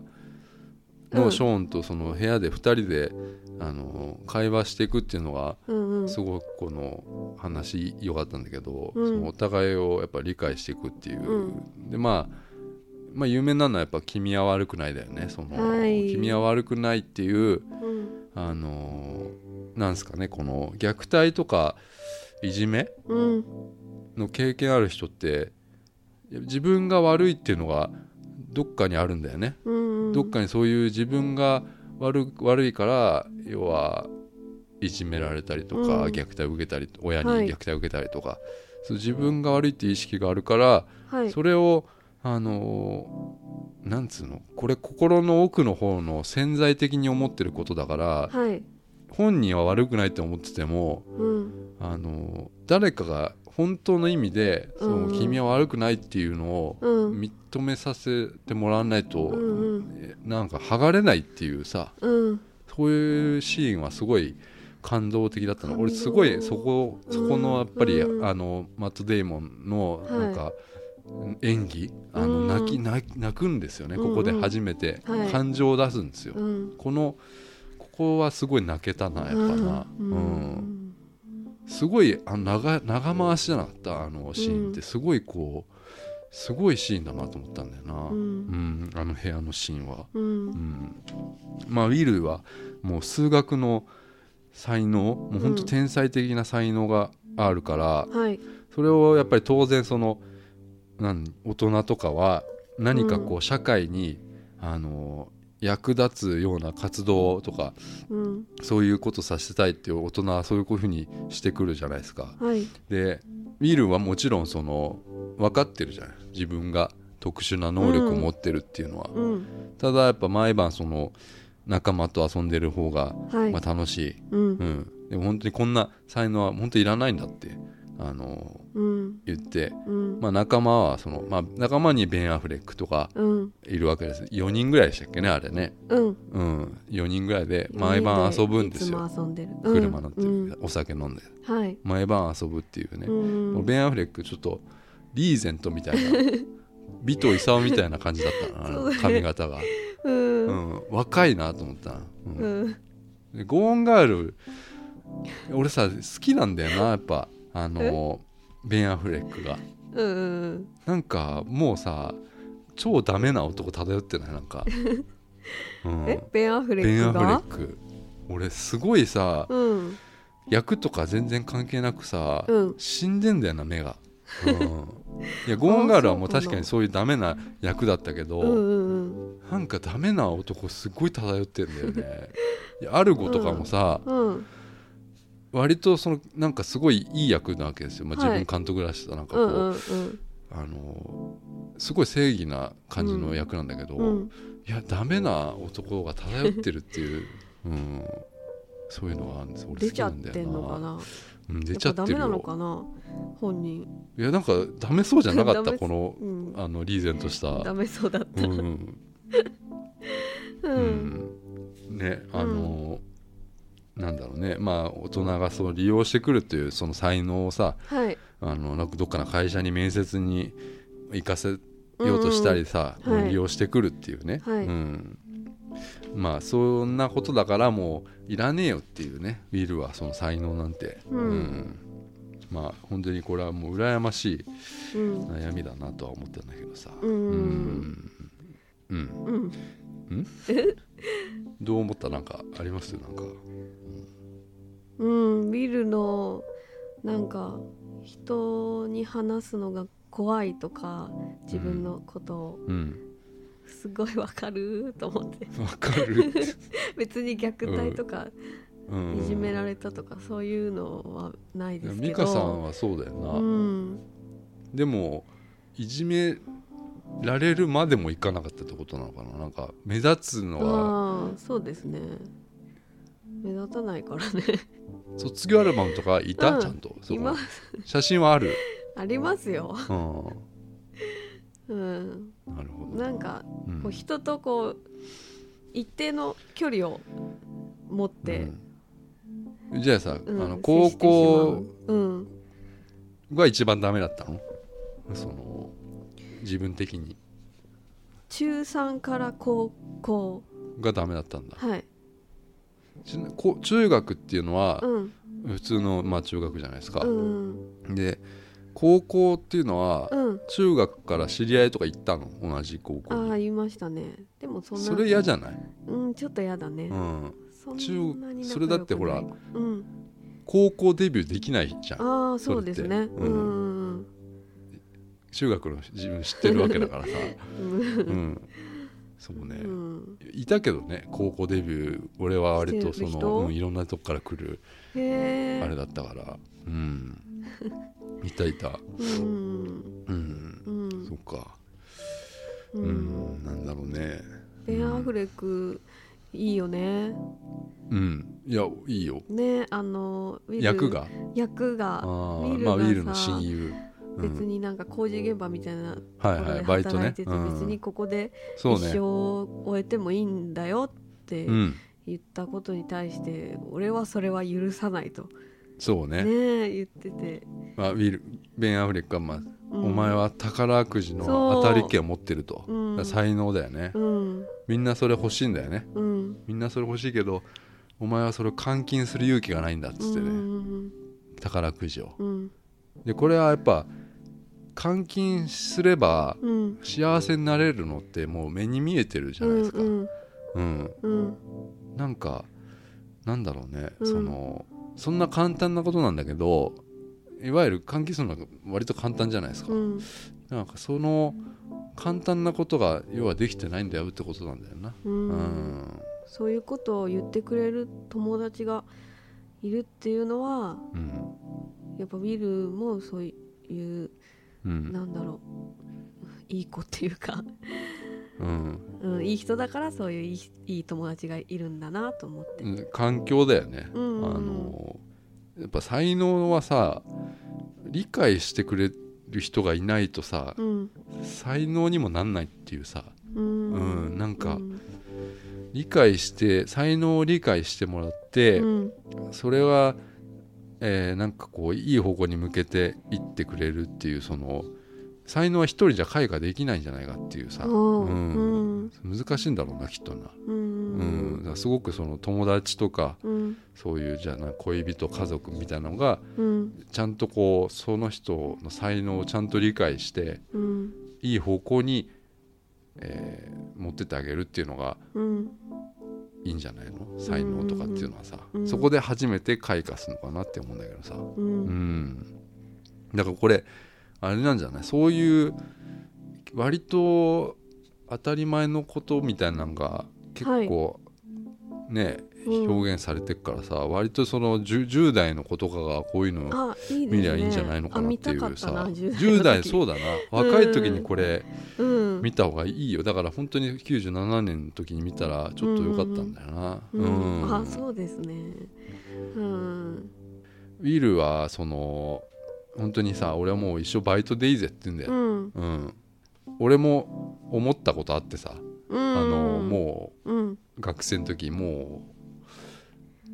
うのんショーンとその部屋で2人で、あのー会話していくっていうのがうんうんすごくこの話良かったんだけど、うんそのお互いをやっぱ理解していくっていう、うでまあまあ有名なのはやっぱ「君は悪くない」だよねその、はい君は悪くない」っていううんあのーなんですかねこの虐待とかいじめうんの経験ある人って自分が悪いっていうのがどっかにあるんだよね、うんどっかにそういう自分が悪悪いから要はいじめられたりとか、うん虐待を受けたりと親にはい虐待を受けたりとか、そう自分が悪いっていう意識があるから、はいそれをあのーなんつうのこれ心の奥の方の潜在的に思ってることだから、はい本人は悪くないって思っててもうんあのー誰かが本当の意味で「そのうん君は悪くない」っていうのをうん認めさせてもらわないと、うんうんえなんか剥がれないっていうさうんそういうシーンはすごい感動的だったの感動俺すごいそこそこのやっぱり、うんあのマット・デイモンのはいなんか、演技あうのん泣き泣き泣くんですよねここで初めてうんうんはい感情を出すんですよ、うんこのここはすごい泣けたなやっぱな、ううんんすごいあの長長回しじゃなかったあのシーンってすごいこうすごいシーンだなと思ったんだよな、ううんんあの部屋のシーンは。ううんんまあ、ウィルはもう数学の才能もう本当うん天才的な才能があるから、はいそれをやっぱり当然そのなん大人とかは何かこう社会に、あの役立つような活動とかうんそういうことさせたいっていう大人はそういうふうにしてくるじゃないですか。はいでウィルはもちろんその分かってるじゃない自分が特殊な能力を持ってるっていうのは、うんただやっぱ毎晩その仲間と遊んでる方が、はいまあ、楽しい、うんうん、でも本当にこんな才能は本当にいらないんだってあのうん言って、うんまあ、仲間はその、まあ、仲間にベン・アフレックとかうんいるわけです4人ぐらいでしたっけねあれね、うんうん、4人ぐらいで毎晩遊ぶんですよいつも遊んでる車乗って、うんうんお酒飲んではい毎晩遊ぶっていうね、うんもうベン・アフレックちょっとリーゼントみた <laughs> いな美と勲みたいな感じだったなあそうのだね髪型が、うんううんん、若いなと思ったな、うんうんでゴーンガール俺さ好きなんだよなやっぱあのベン・アフレックがうんなんかもうさ超ダメな男漂ってないなん <laughs> か、うん、えベン・アフレベン・ッアクフレがック俺すごいさうん役とか全然関係なくさ、うん死んでんだよな目 <laughs> が、うん、いやゴーンガールはもう確かにそういうダメな役だったけど、うんうんなんかダメな男すごい漂ってんだよね <laughs> いやアルゴとかもさ、うんうん割とそのなんかすごいいい役なわけですよ、まあ、自はい分監督らしさなんかうこう、んうんうんあのすごい正義な感じの役なんだけど、うんいやダメな男が漂ってるっていう、 <laughs> うん、そういうのがあるんです俺出好きちゃなっんだてよんのかな、なうん、出ちゃやっってぱダるメなのよかな本人いやなんかダメそうじゃなかっ <laughs> ダたメこのうんあのリーゼントしたダメそうだったうん、ううんん、ねあの、なんだろうねまあ大人がそう利用してくるというその才能をさはいあのなんかどっかの会社に面接に行かせようとしたりさ、うんうんはい利用してくるっていうね、はいうん、まあそんなことだからもういらねえよっていうねウィルはその才能なんて、うんまあ本当にこれはもう羨ましいうん悩みだなとは思ったんだけどさ、うんうんうんうんどう思ったなんかありますなんかうんビルのなんか人に話すのが怖いとか自分のことを、うんすごいわかると思ってわかる、 <laughs> 別に虐待とかうん、いじめられたとかそういうのはないですけど美香さんはそうだよな、うんでもいじめられるまでもいかなかったってことなのかななんか目立つのはああそうですね目立たないからね卒業アルバムとかいた、うんちゃんとそこ今写真はあ <laughs> る、ありますようん、うんなるほど、なんかうんこう人とこう一定の距離を持って、うんじゃあさ、うんあの高校接してしまううんが一番ダメだったのその自分的に中3から高校がダメだったんだはいちなこう中学っていうのはうん普通の、まあ、中学じゃないですかう、んで高校っていうのはうん中学から知り合いとか行ったの同じ高校ああに言いましたねでもそんなそれ嫌じゃない、うんちょっと嫌だね、うん、そんなに中仲それ良くないだってほらうん、高校デビューできないじゃんああそうですねそれってううんん中学の自分知ってるわけだからさ、うんうん、そうね、うんいたけどね高校デビュー俺は割とそしてる人の、うんいろんなとこから来るへえあれだったからうんいたいたうんうんうんそっかううんんなんだろうねベン・アフレックいいよねうんいやいいよねあのウィル役が役があウィールまあがウさィルの親友うん別になんか工事現場みたいなとこはいろはいでバイト働ねいててうん別にここでそ一うね生を終えてもいいんだよってうん言ったことに対して俺はそれは許さないとそうねねえ言ってて、まあ、ウィルベン・アフレックは、まあうんお前は宝くじのそう当たり券を持ってると、うんだから才能だよね、うんみんなそれ欲しいんだよねうんみんなそれ欲しいけどお前はそれを換金する勇気がないんだっつってね、うん宝くじをうんでこれはやっぱ換金すればうん幸せになれるのってもう目に見えてるじゃないですか、ううんんうんなんかなんだろうね、うんそのそんな簡単なことなんだけどいわゆる換金するのは割と簡単じゃないですか、うんなんかその簡単なことが要はできてないんだよってことなんだよな。ううんん。そういうことを言ってくれる友達がいるっていうのはうん。やっぱウィルもそういいううんなんだろういい子っていうか、うんうん、いい人だからそういういいいい友達がいるんだなと思って、うん、環境だよね、うんうんうんあのやっぱ才能はさ理解してくれる人がいないとさ、うん才能にもなんないっていうさうんうんなんかうん理解して才能を理解してもらって、うんそれは、えーなんかこういい方向に向けていってくれるっていうその才能は一人じゃ開花できないんじゃないかっていうさ、おううんうん難しいんだろうなきっとな、ううんんだからすごくその友達とかうんそういうじゃあな恋人家族みたいなのがうんちゃんとこうその人の才能をちゃんと理解してうんいい方向に、えー持ってってあげるっていうのがうんいいんじゃないの才能とかっていうのはさ、うんそこで初めて開花するのかなって思うんだけどさ、ううんん、だからこれあれなんじゃないそういう割と当たり前のことみたいなのが結構、ねうん表現されてるからさ、割とその 10, 10代の子とかがこういうのをあいいですね見りゃいいんじゃないのかなっていあ見うたかさったな10代そうう <laughs> だな若い時にこれだ、うん、見た方がいいよだから本当に97年の時に見たらちょっと良かったんだよな。うんうんあそうですねうんウィルはその本当にさ俺はもう一生バイトでいいぜって言うんだうよ、んうん俺も思ったことあってさ、うんあのもうんう学生の時もう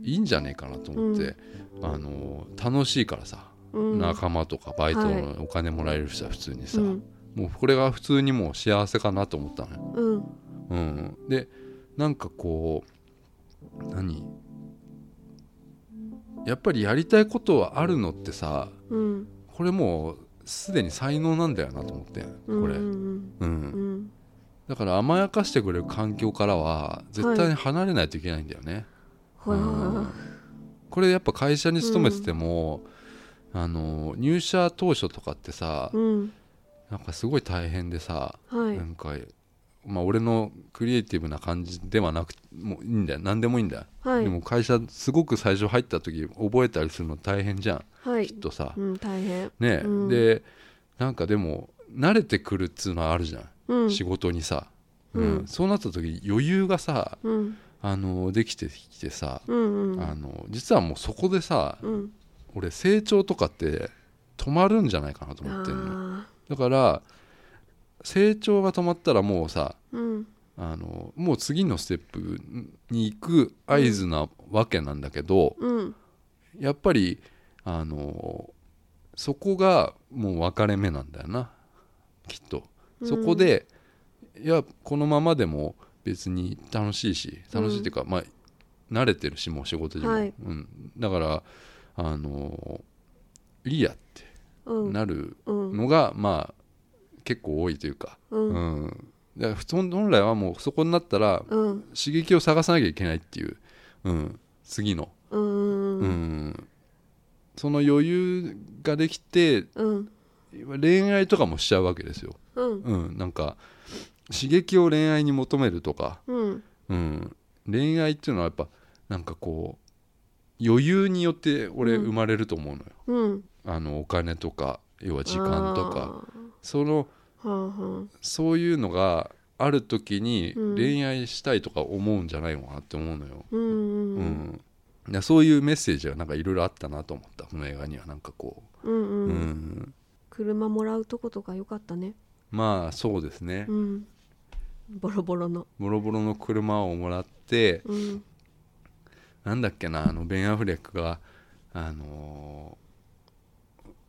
いいんじゃねえかなと思って、あの楽しいからさ、うん仲間とかバイトはのお金もらえるしさ普通にさ、うんもうこれが普通にもう幸せかなと思ったのよううんん、でなんかこう何やっぱりやりたいことはあるのってさうんこれもうすでに才能なんだよなと思ってこれ、ううんんうんうんだから甘やかしてくれる環境からは絶対に離れないといけないんだよね、ほらうんこれやっぱ会社に勤めてても、あの入社当初とかってさ、うんなんかすごい大変でさ、はいなんか、まあ、俺のクリエイティブな感じではなくもういいんだよ何でもいいんだよ、はいでも会社すごく最初入った時覚えたりするの大変じゃんはいきっとさ、うん大変ねえ、うんでなんかでも慣れてくるっつうのはあるじゃん、うん仕事にさ、うんそうなった時余裕がさうんあのできてきてさ、うんうんあの実はもうそこでさ、うん俺成長とかって止まるんじゃないかなと思ってんのあだから成長が止まったらもうさーうんあのもう次のステップに行く合図なわけなんだけど、うんやっぱりあのそこがもう分かれ目なんだよなきっとうんそこで、いやこのままでも別に楽しいし楽しいっていうか、まあ慣れてるしもう仕事にも、はいうん、だからあのいいやってうんなるうんのが、まあ結構多いというか、うんうん、だから本本来はもうそこになったらうん刺激を探さなきゃいけないっていう、うん、次の、うんううんん、その余裕ができてうん恋愛とかもしちゃうわけですよ、うんうん、なんか刺激を恋愛に求めるとか、うんうん、恋愛っていうのはやっぱなんかこう余裕によって俺うん生まれると思うのよ、うんあのお金とか要は時間とかそのあーはあはそういうのがある時にうん恋愛したいとか思うんじゃないのかなって思うのよ、あうんうんううんん、なそういうメッセージがなんかいろいろあったなと思ったこの映画にはなんかこうんう、ううんん、車もらうとことか良かったねまあそうですね、うんボロボロのボロボロの車をもらってうんなんだっけなあのベン・アフレックがあのー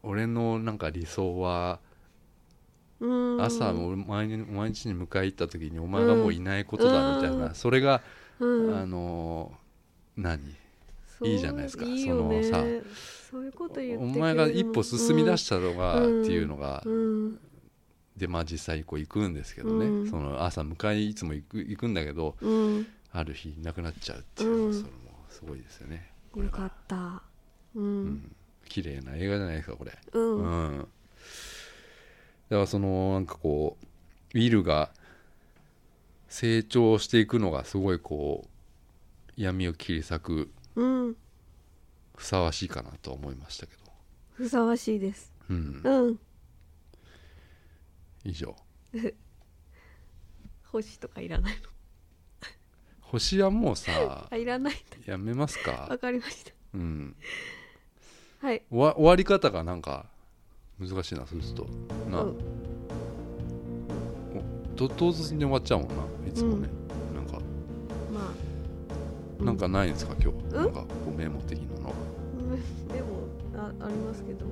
俺のなんか理想はうん朝も俺毎日毎日に迎え行った時にお前がもういないことだみたいな、それが、うんあのー何そういいじゃないですかいいよねそのさそういうこと言ってお前が一歩進み出したのが、うんっていうのが、たうんでまあ実際こう行くんですけどね、うんその朝迎えいつも行く行くんだけどうん、ある日いなくなっちゃうっていうのは、うんそれもすごいですよねうん、よかったうん綺麗な映画じゃないですかこれううん、んだからそのなんかこうウィルが成長していくのがすごいこう闇を切り裂くうんふさわしいかなとは思いましたけどふさわしいですうん、うん以上星とかいらないの星はもうさあいらないんやめますだかわ、かりましたうん、はい終わ終わり方がなんか難しいなそうするとな、うんおと唐突に終わっちゃうもんないつもね、なんかまあなんかないんですか今日、んなんかこうメモ的なのうんでもあありますけど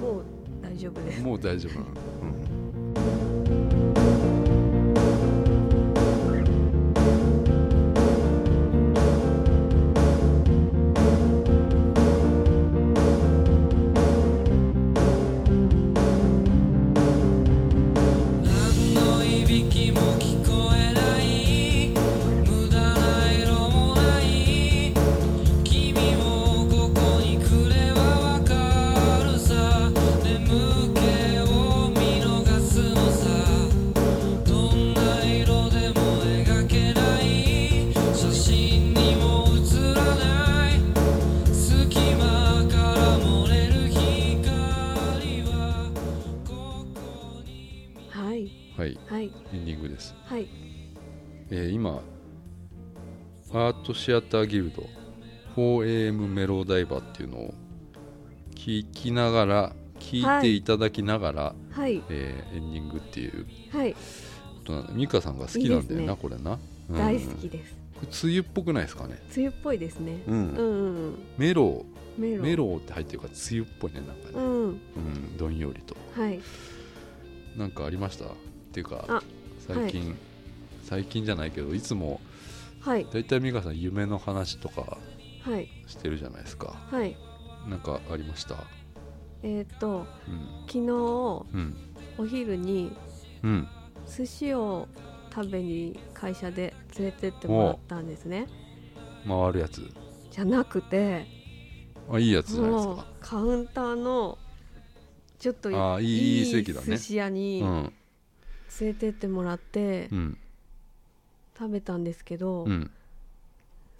もう大丈夫ですもう大丈夫なの、うん何のいびきも聞こえない無駄な色もない君もここに来ればわかるさ眠気を見逃すのさどんな色でも描けない写真にも写らない隙間から漏れる光はここにはいはいはいエンディングです、はいえー今アートシアターギルド 4AM メロダイバーっていうのを聞きながら聞いていただきながら、はいえーエンディングっていうはい、ことなんで美香さんが好きなんだよいいなですねこれな、うん大好きですこれ梅雨っぽくないですかね、梅雨っぽいですねうんうんうんメロうんメロメロって入ってるから梅雨っぽいねなんかうね、んうんどんよりとはいなんかありましたっていうかあ最近、最近じゃないけどいつもはい大体美香さん夢の話とかはいしてるじゃないですかはいなんかありましたえっ、とうん昨日おうん昼にうん寿司を食べに会社で連れてってもらったんですね回るやつじゃなくてあいいやつじゃないですもうかカウンターのちょっとあーいいいい席だね寿司屋にうん連れてってもらってうん食べたんですけど、うん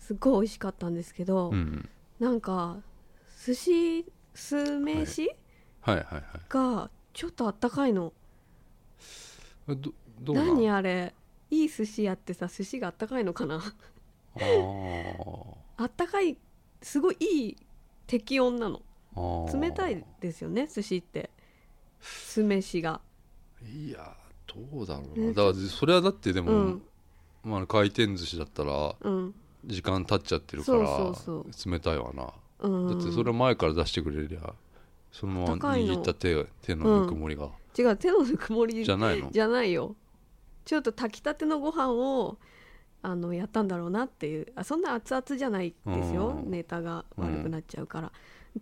すごい美味しかったんですけど、うんなんか寿司酢飯、はいはいはいがちょっとあったかいのえどどうな何ああれいい寿司屋ってさ寿司があったかいのかな <laughs> あーあったかいすごいいい適温なのあー冷たいですよね寿司って酢飯がいやどうだろうなねだからそれはだってでも、うんまあ、回転寿司だったらうん時間経っちゃってるからそうそう冷たいわなうんだってそれは前から出してくれりゃそのまま高いの握った手手のぬくもりが、違う手のぬくもりじゃないのじゃないよちょっと炊きたてのご飯をあのやったんだろうなっていうあそんな熱々じゃないですようんネタが悪くなっちゃうから、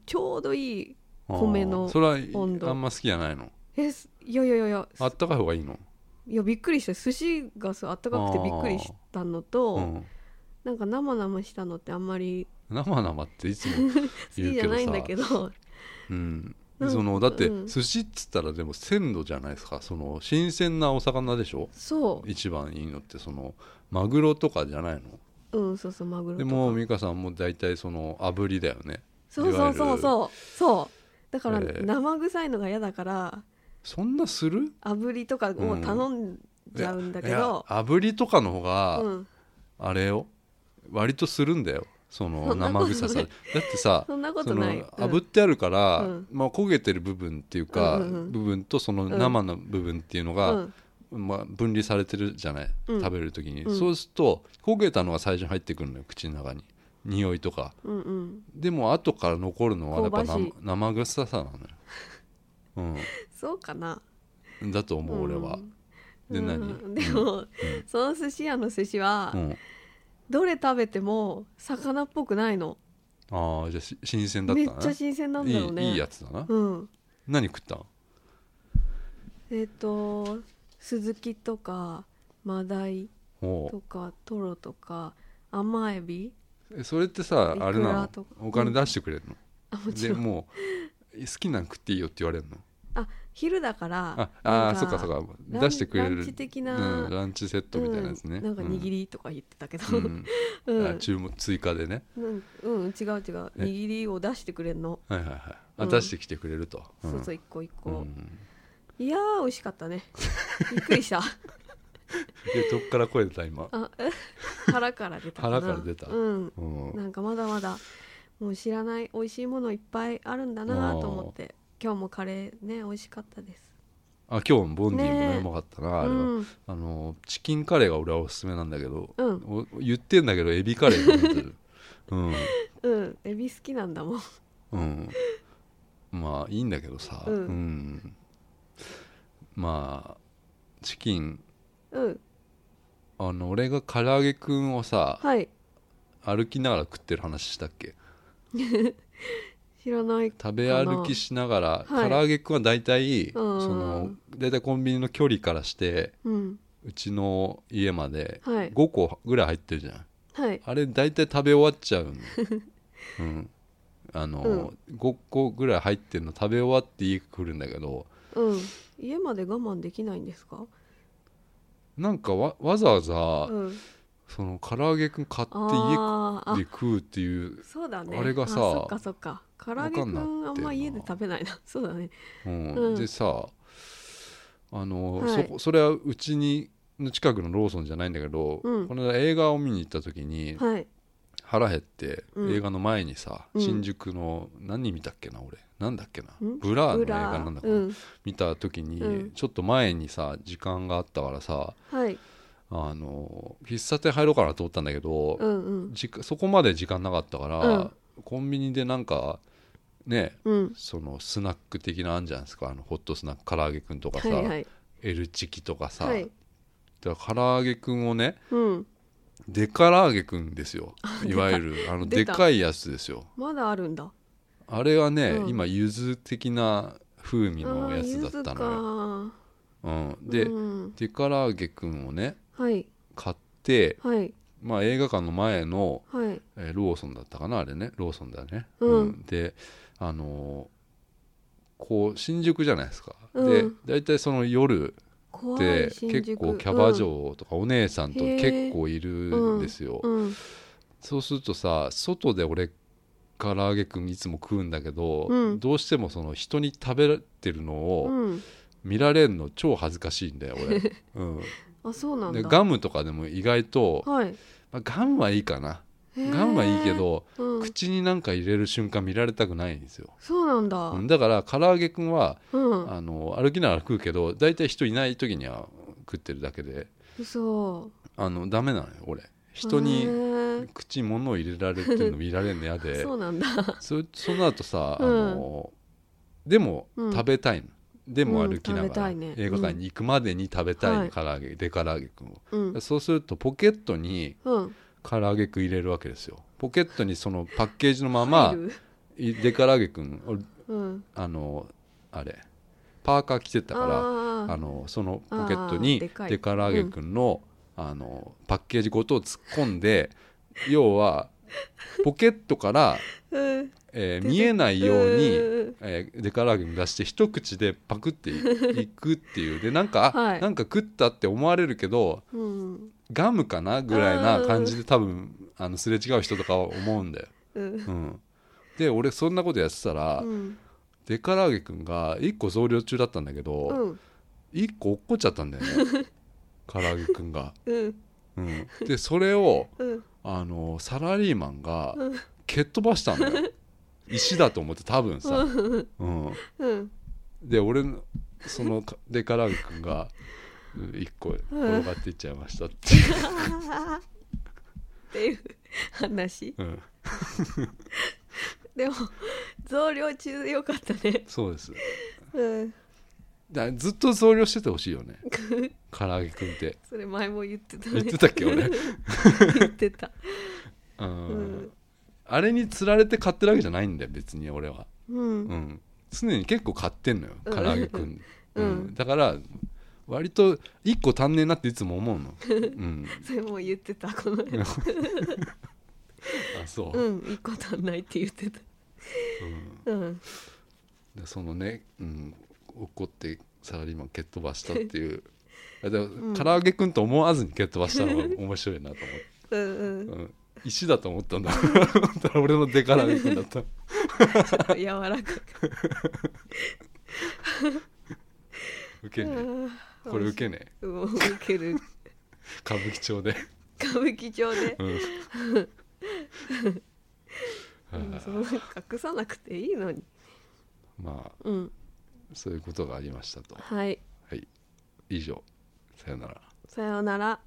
ちょうどいい米のあーそれは温度あんま好きじゃないのえすいやいやいやいやあったかい方がいいのいやびっくりした寿司がそうあったかくてびっくりしたのと、うんなんか生々したのってあんまり生生っていつも <laughs> 好言きうじけゃどないんさだけどうんうんそのだってうん寿司っつったらでも鮮度じゃないですかその新鮮なお魚でしょ <laughs> そ一番いいのってそのマグロとかじゃないのううんそうそうマグロでとかも美香さんも大体その炙りだよねそうそういわそゆうるそうそうだからえー生臭いのが嫌だからそんなする炙りとかもう頼んじゃうんだけいやど、炙りとかの方が、うん、あれよ割とするんだよそのそんな生こと臭さだないってさ <laughs> そんなことないそのうん炙ってあるから、うんまあ、焦げてる部分っていうか、うんうんうん部分とその生の部分っていうのが、うんまあ、分離されてるじゃない、うん食べる時に、うんそうすると焦げたのが最初に入ってくるのよ口の中に匂いとかうんうんでも後から残るのはやっぱ香ばしい生生臭さなのよ、うん、そうかなだと思う俺は、うんでうん何でも、その寿司屋の寿司は、うん、どれ食べても魚っぽくないのああじゃあし新鮮だっためっなちゃ新鮮なんだろうねいいいいやつだな、うん何食ったんえっ、とスズキとかマダイおとうかトロとか甘エビえそれってさいくらあれなとのかお金出してくれるの、あもちでろんもう好きなん食っていいよって言われるのあ昼だからあなあんーそっかそっかラン出してくれるランチ的な、うん、ランチセットみたいなやつね、うんなんか握りとか言ってたけど、う <laughs> うんん、ううんんあ注文追加でねうん違う違う握りを出してくれんの、はいはいはいあ、うん出してきてくれると、んそうそう一個一個、うんいやー美味しかったねびっく <laughs> りしたでどっから声出た今、あえ腹から出たかな腹から出たうんうんなんかまだまだもう知らない美味しいものいっぱいあるんだなと思って今日もカレーね美味しかったですあ今日もボンディもねねえうまかったなあれは、うんあのチキンカレーが俺はおすすめなんだけど、うんお言ってんだけどエビカレーになってるうんうんエビ好きなんだもん <laughs> うんまあいいんだけどさ、うんんまあチキンうんあの俺が唐揚げくんをさはい歩きながら食ってる話したっけ知らない食べ歩きしながらはい唐揚げくんは大体、うんその大体コンビニの距離からしてうんうちの家まではい5個ぐらい入ってるじゃん、はいあれ大体食べ終わっち <laughs> ゃうのうんあの、5個ぐらい入ってるの食べ終わって家来るんだけどうん家まで我慢できないんですかなんかわわざわざ、うんその唐揚げくん買ってあー家あで食うっていう、そうだねあれがさそっかそっか唐揚げくんわかあんなくんてなま家で食べないなそうだねうんうんでさあの、はいそこそれはうちにの近くのローソンじゃないんだけど、うんこの間映画を見に行った時にはい腹減って、うん映画の前にさ、うん新宿の何見たっけな俺なんだっけな、んブラーの映ブ画ラなんだけど、うん見た時に、うんちょっと前にさ時間があったからさはいあの喫茶店入ろうかなと思ったんだけど、うんうんじかそこまで時間なかったから、うんコンビニでなんかねうんそのスナック的なあんじゃないですかあのホットスナック唐揚げくんとかはさ、いはい L チキとかさ、はいだから唐揚げくんをねうんデカ唐揚げくんですよいわゆるあので出たかいやつですよまだあるんだあれはね、うん今ゆず的な風味のやつだったのよ、のうん、で、うん、デカ唐揚げくんをねはい買って、はいまあ、映画館の前の、はいえーローソンだったかなあれねローソンだね、うんであのーこう新宿じゃないですか、うんで大体その夜っ怖てい新宿結構キャバ嬢とかお姉さんとへー結構いるんですよ、うん、うんそうするとさ外で俺唐揚げくんいつも食うんだけど、うんどうしてもその人に食べてるのをうん、見られるの超恥ずかしいんだよ俺、あそうなうんん、だでガムとかでも意外と、はいまあ、ガムはいいかなへーガムはいいけど、うん、口になんか入れる瞬間見られたくないんですよそうなんだだから唐揚げくんは、うんあの歩きながら食うけど大体人いない時には食ってるだけで嘘あのダメなのよ俺人へにー口に物を入れられてるの見られるの嫌で <laughs> そうなんだそその後さ、うんあのでもうん食べたいの、でも歩きなうんが食べら、たいね映画館に行くまでに食べたいの、うん唐揚げで唐揚げくんを、うんそうするとポケットにうん唐揚げくん入れるわけですよポケットにそのパッケージのまま入るいで唐揚げくん俺うんあのあれパーカー着てたかあらーあのそのポケットにあーでかいデカラーゲくんの,、あのパッケージごと突っ込んで要はポケットから、うんえー出て見えないように、うんえーデカラーゲン出して一口でパクっていいくっていうでなんか、あはいなんか食ったって思われるけどうんガムかなぐらいな感じで多分あのすれ違う人とかは思うんだよ。うんうん、で俺そんなことやってたら、うんデカラーゲくんが1個増量中だったんだけど、うん1個落っこっちゃったんだよ <laughs> ね唐揚げくんが、うんうん、でそれをうんあのサラリーマンがうん蹴っ飛ばしたんだよ石だと思って多分さ、うん、うんで俺のそのかデカラーゲくんが1個転がっていっちゃいましたって、っていう話うん、でも増量中でよかったねそうですうんだずっと増量しててほしいよね唐揚げくんってそれ前も言ってたね言ってたっけ <laughs> 俺 <laughs> 言ってたうんうんあれにつられて買ってるわけじゃないんだよ別に俺は、うんうん、常に結構買ってんのようん唐揚げくん、うんだから割と1個足んねえなっていつも思う <laughs> の、うん、それも言ってたこの間あそう、うん一個足んないって言ってたうんでそのね、うん、怒ってサラリーマン蹴っ飛ばしたっていう <laughs> あでも、唐揚げくんと思わずに蹴っ飛ばしたのが面白いなと思って。うんうんう <laughs> ん石だと思ったんだ <laughs> だから俺のデカラメ君だったちょっと柔らかくウケねこれウケねもうウケる歌舞伎町で、歌舞伎町でうんうんはそあの隠さなくていいのにまあうんそういうことがありましたとはいはい以上さよならさようなら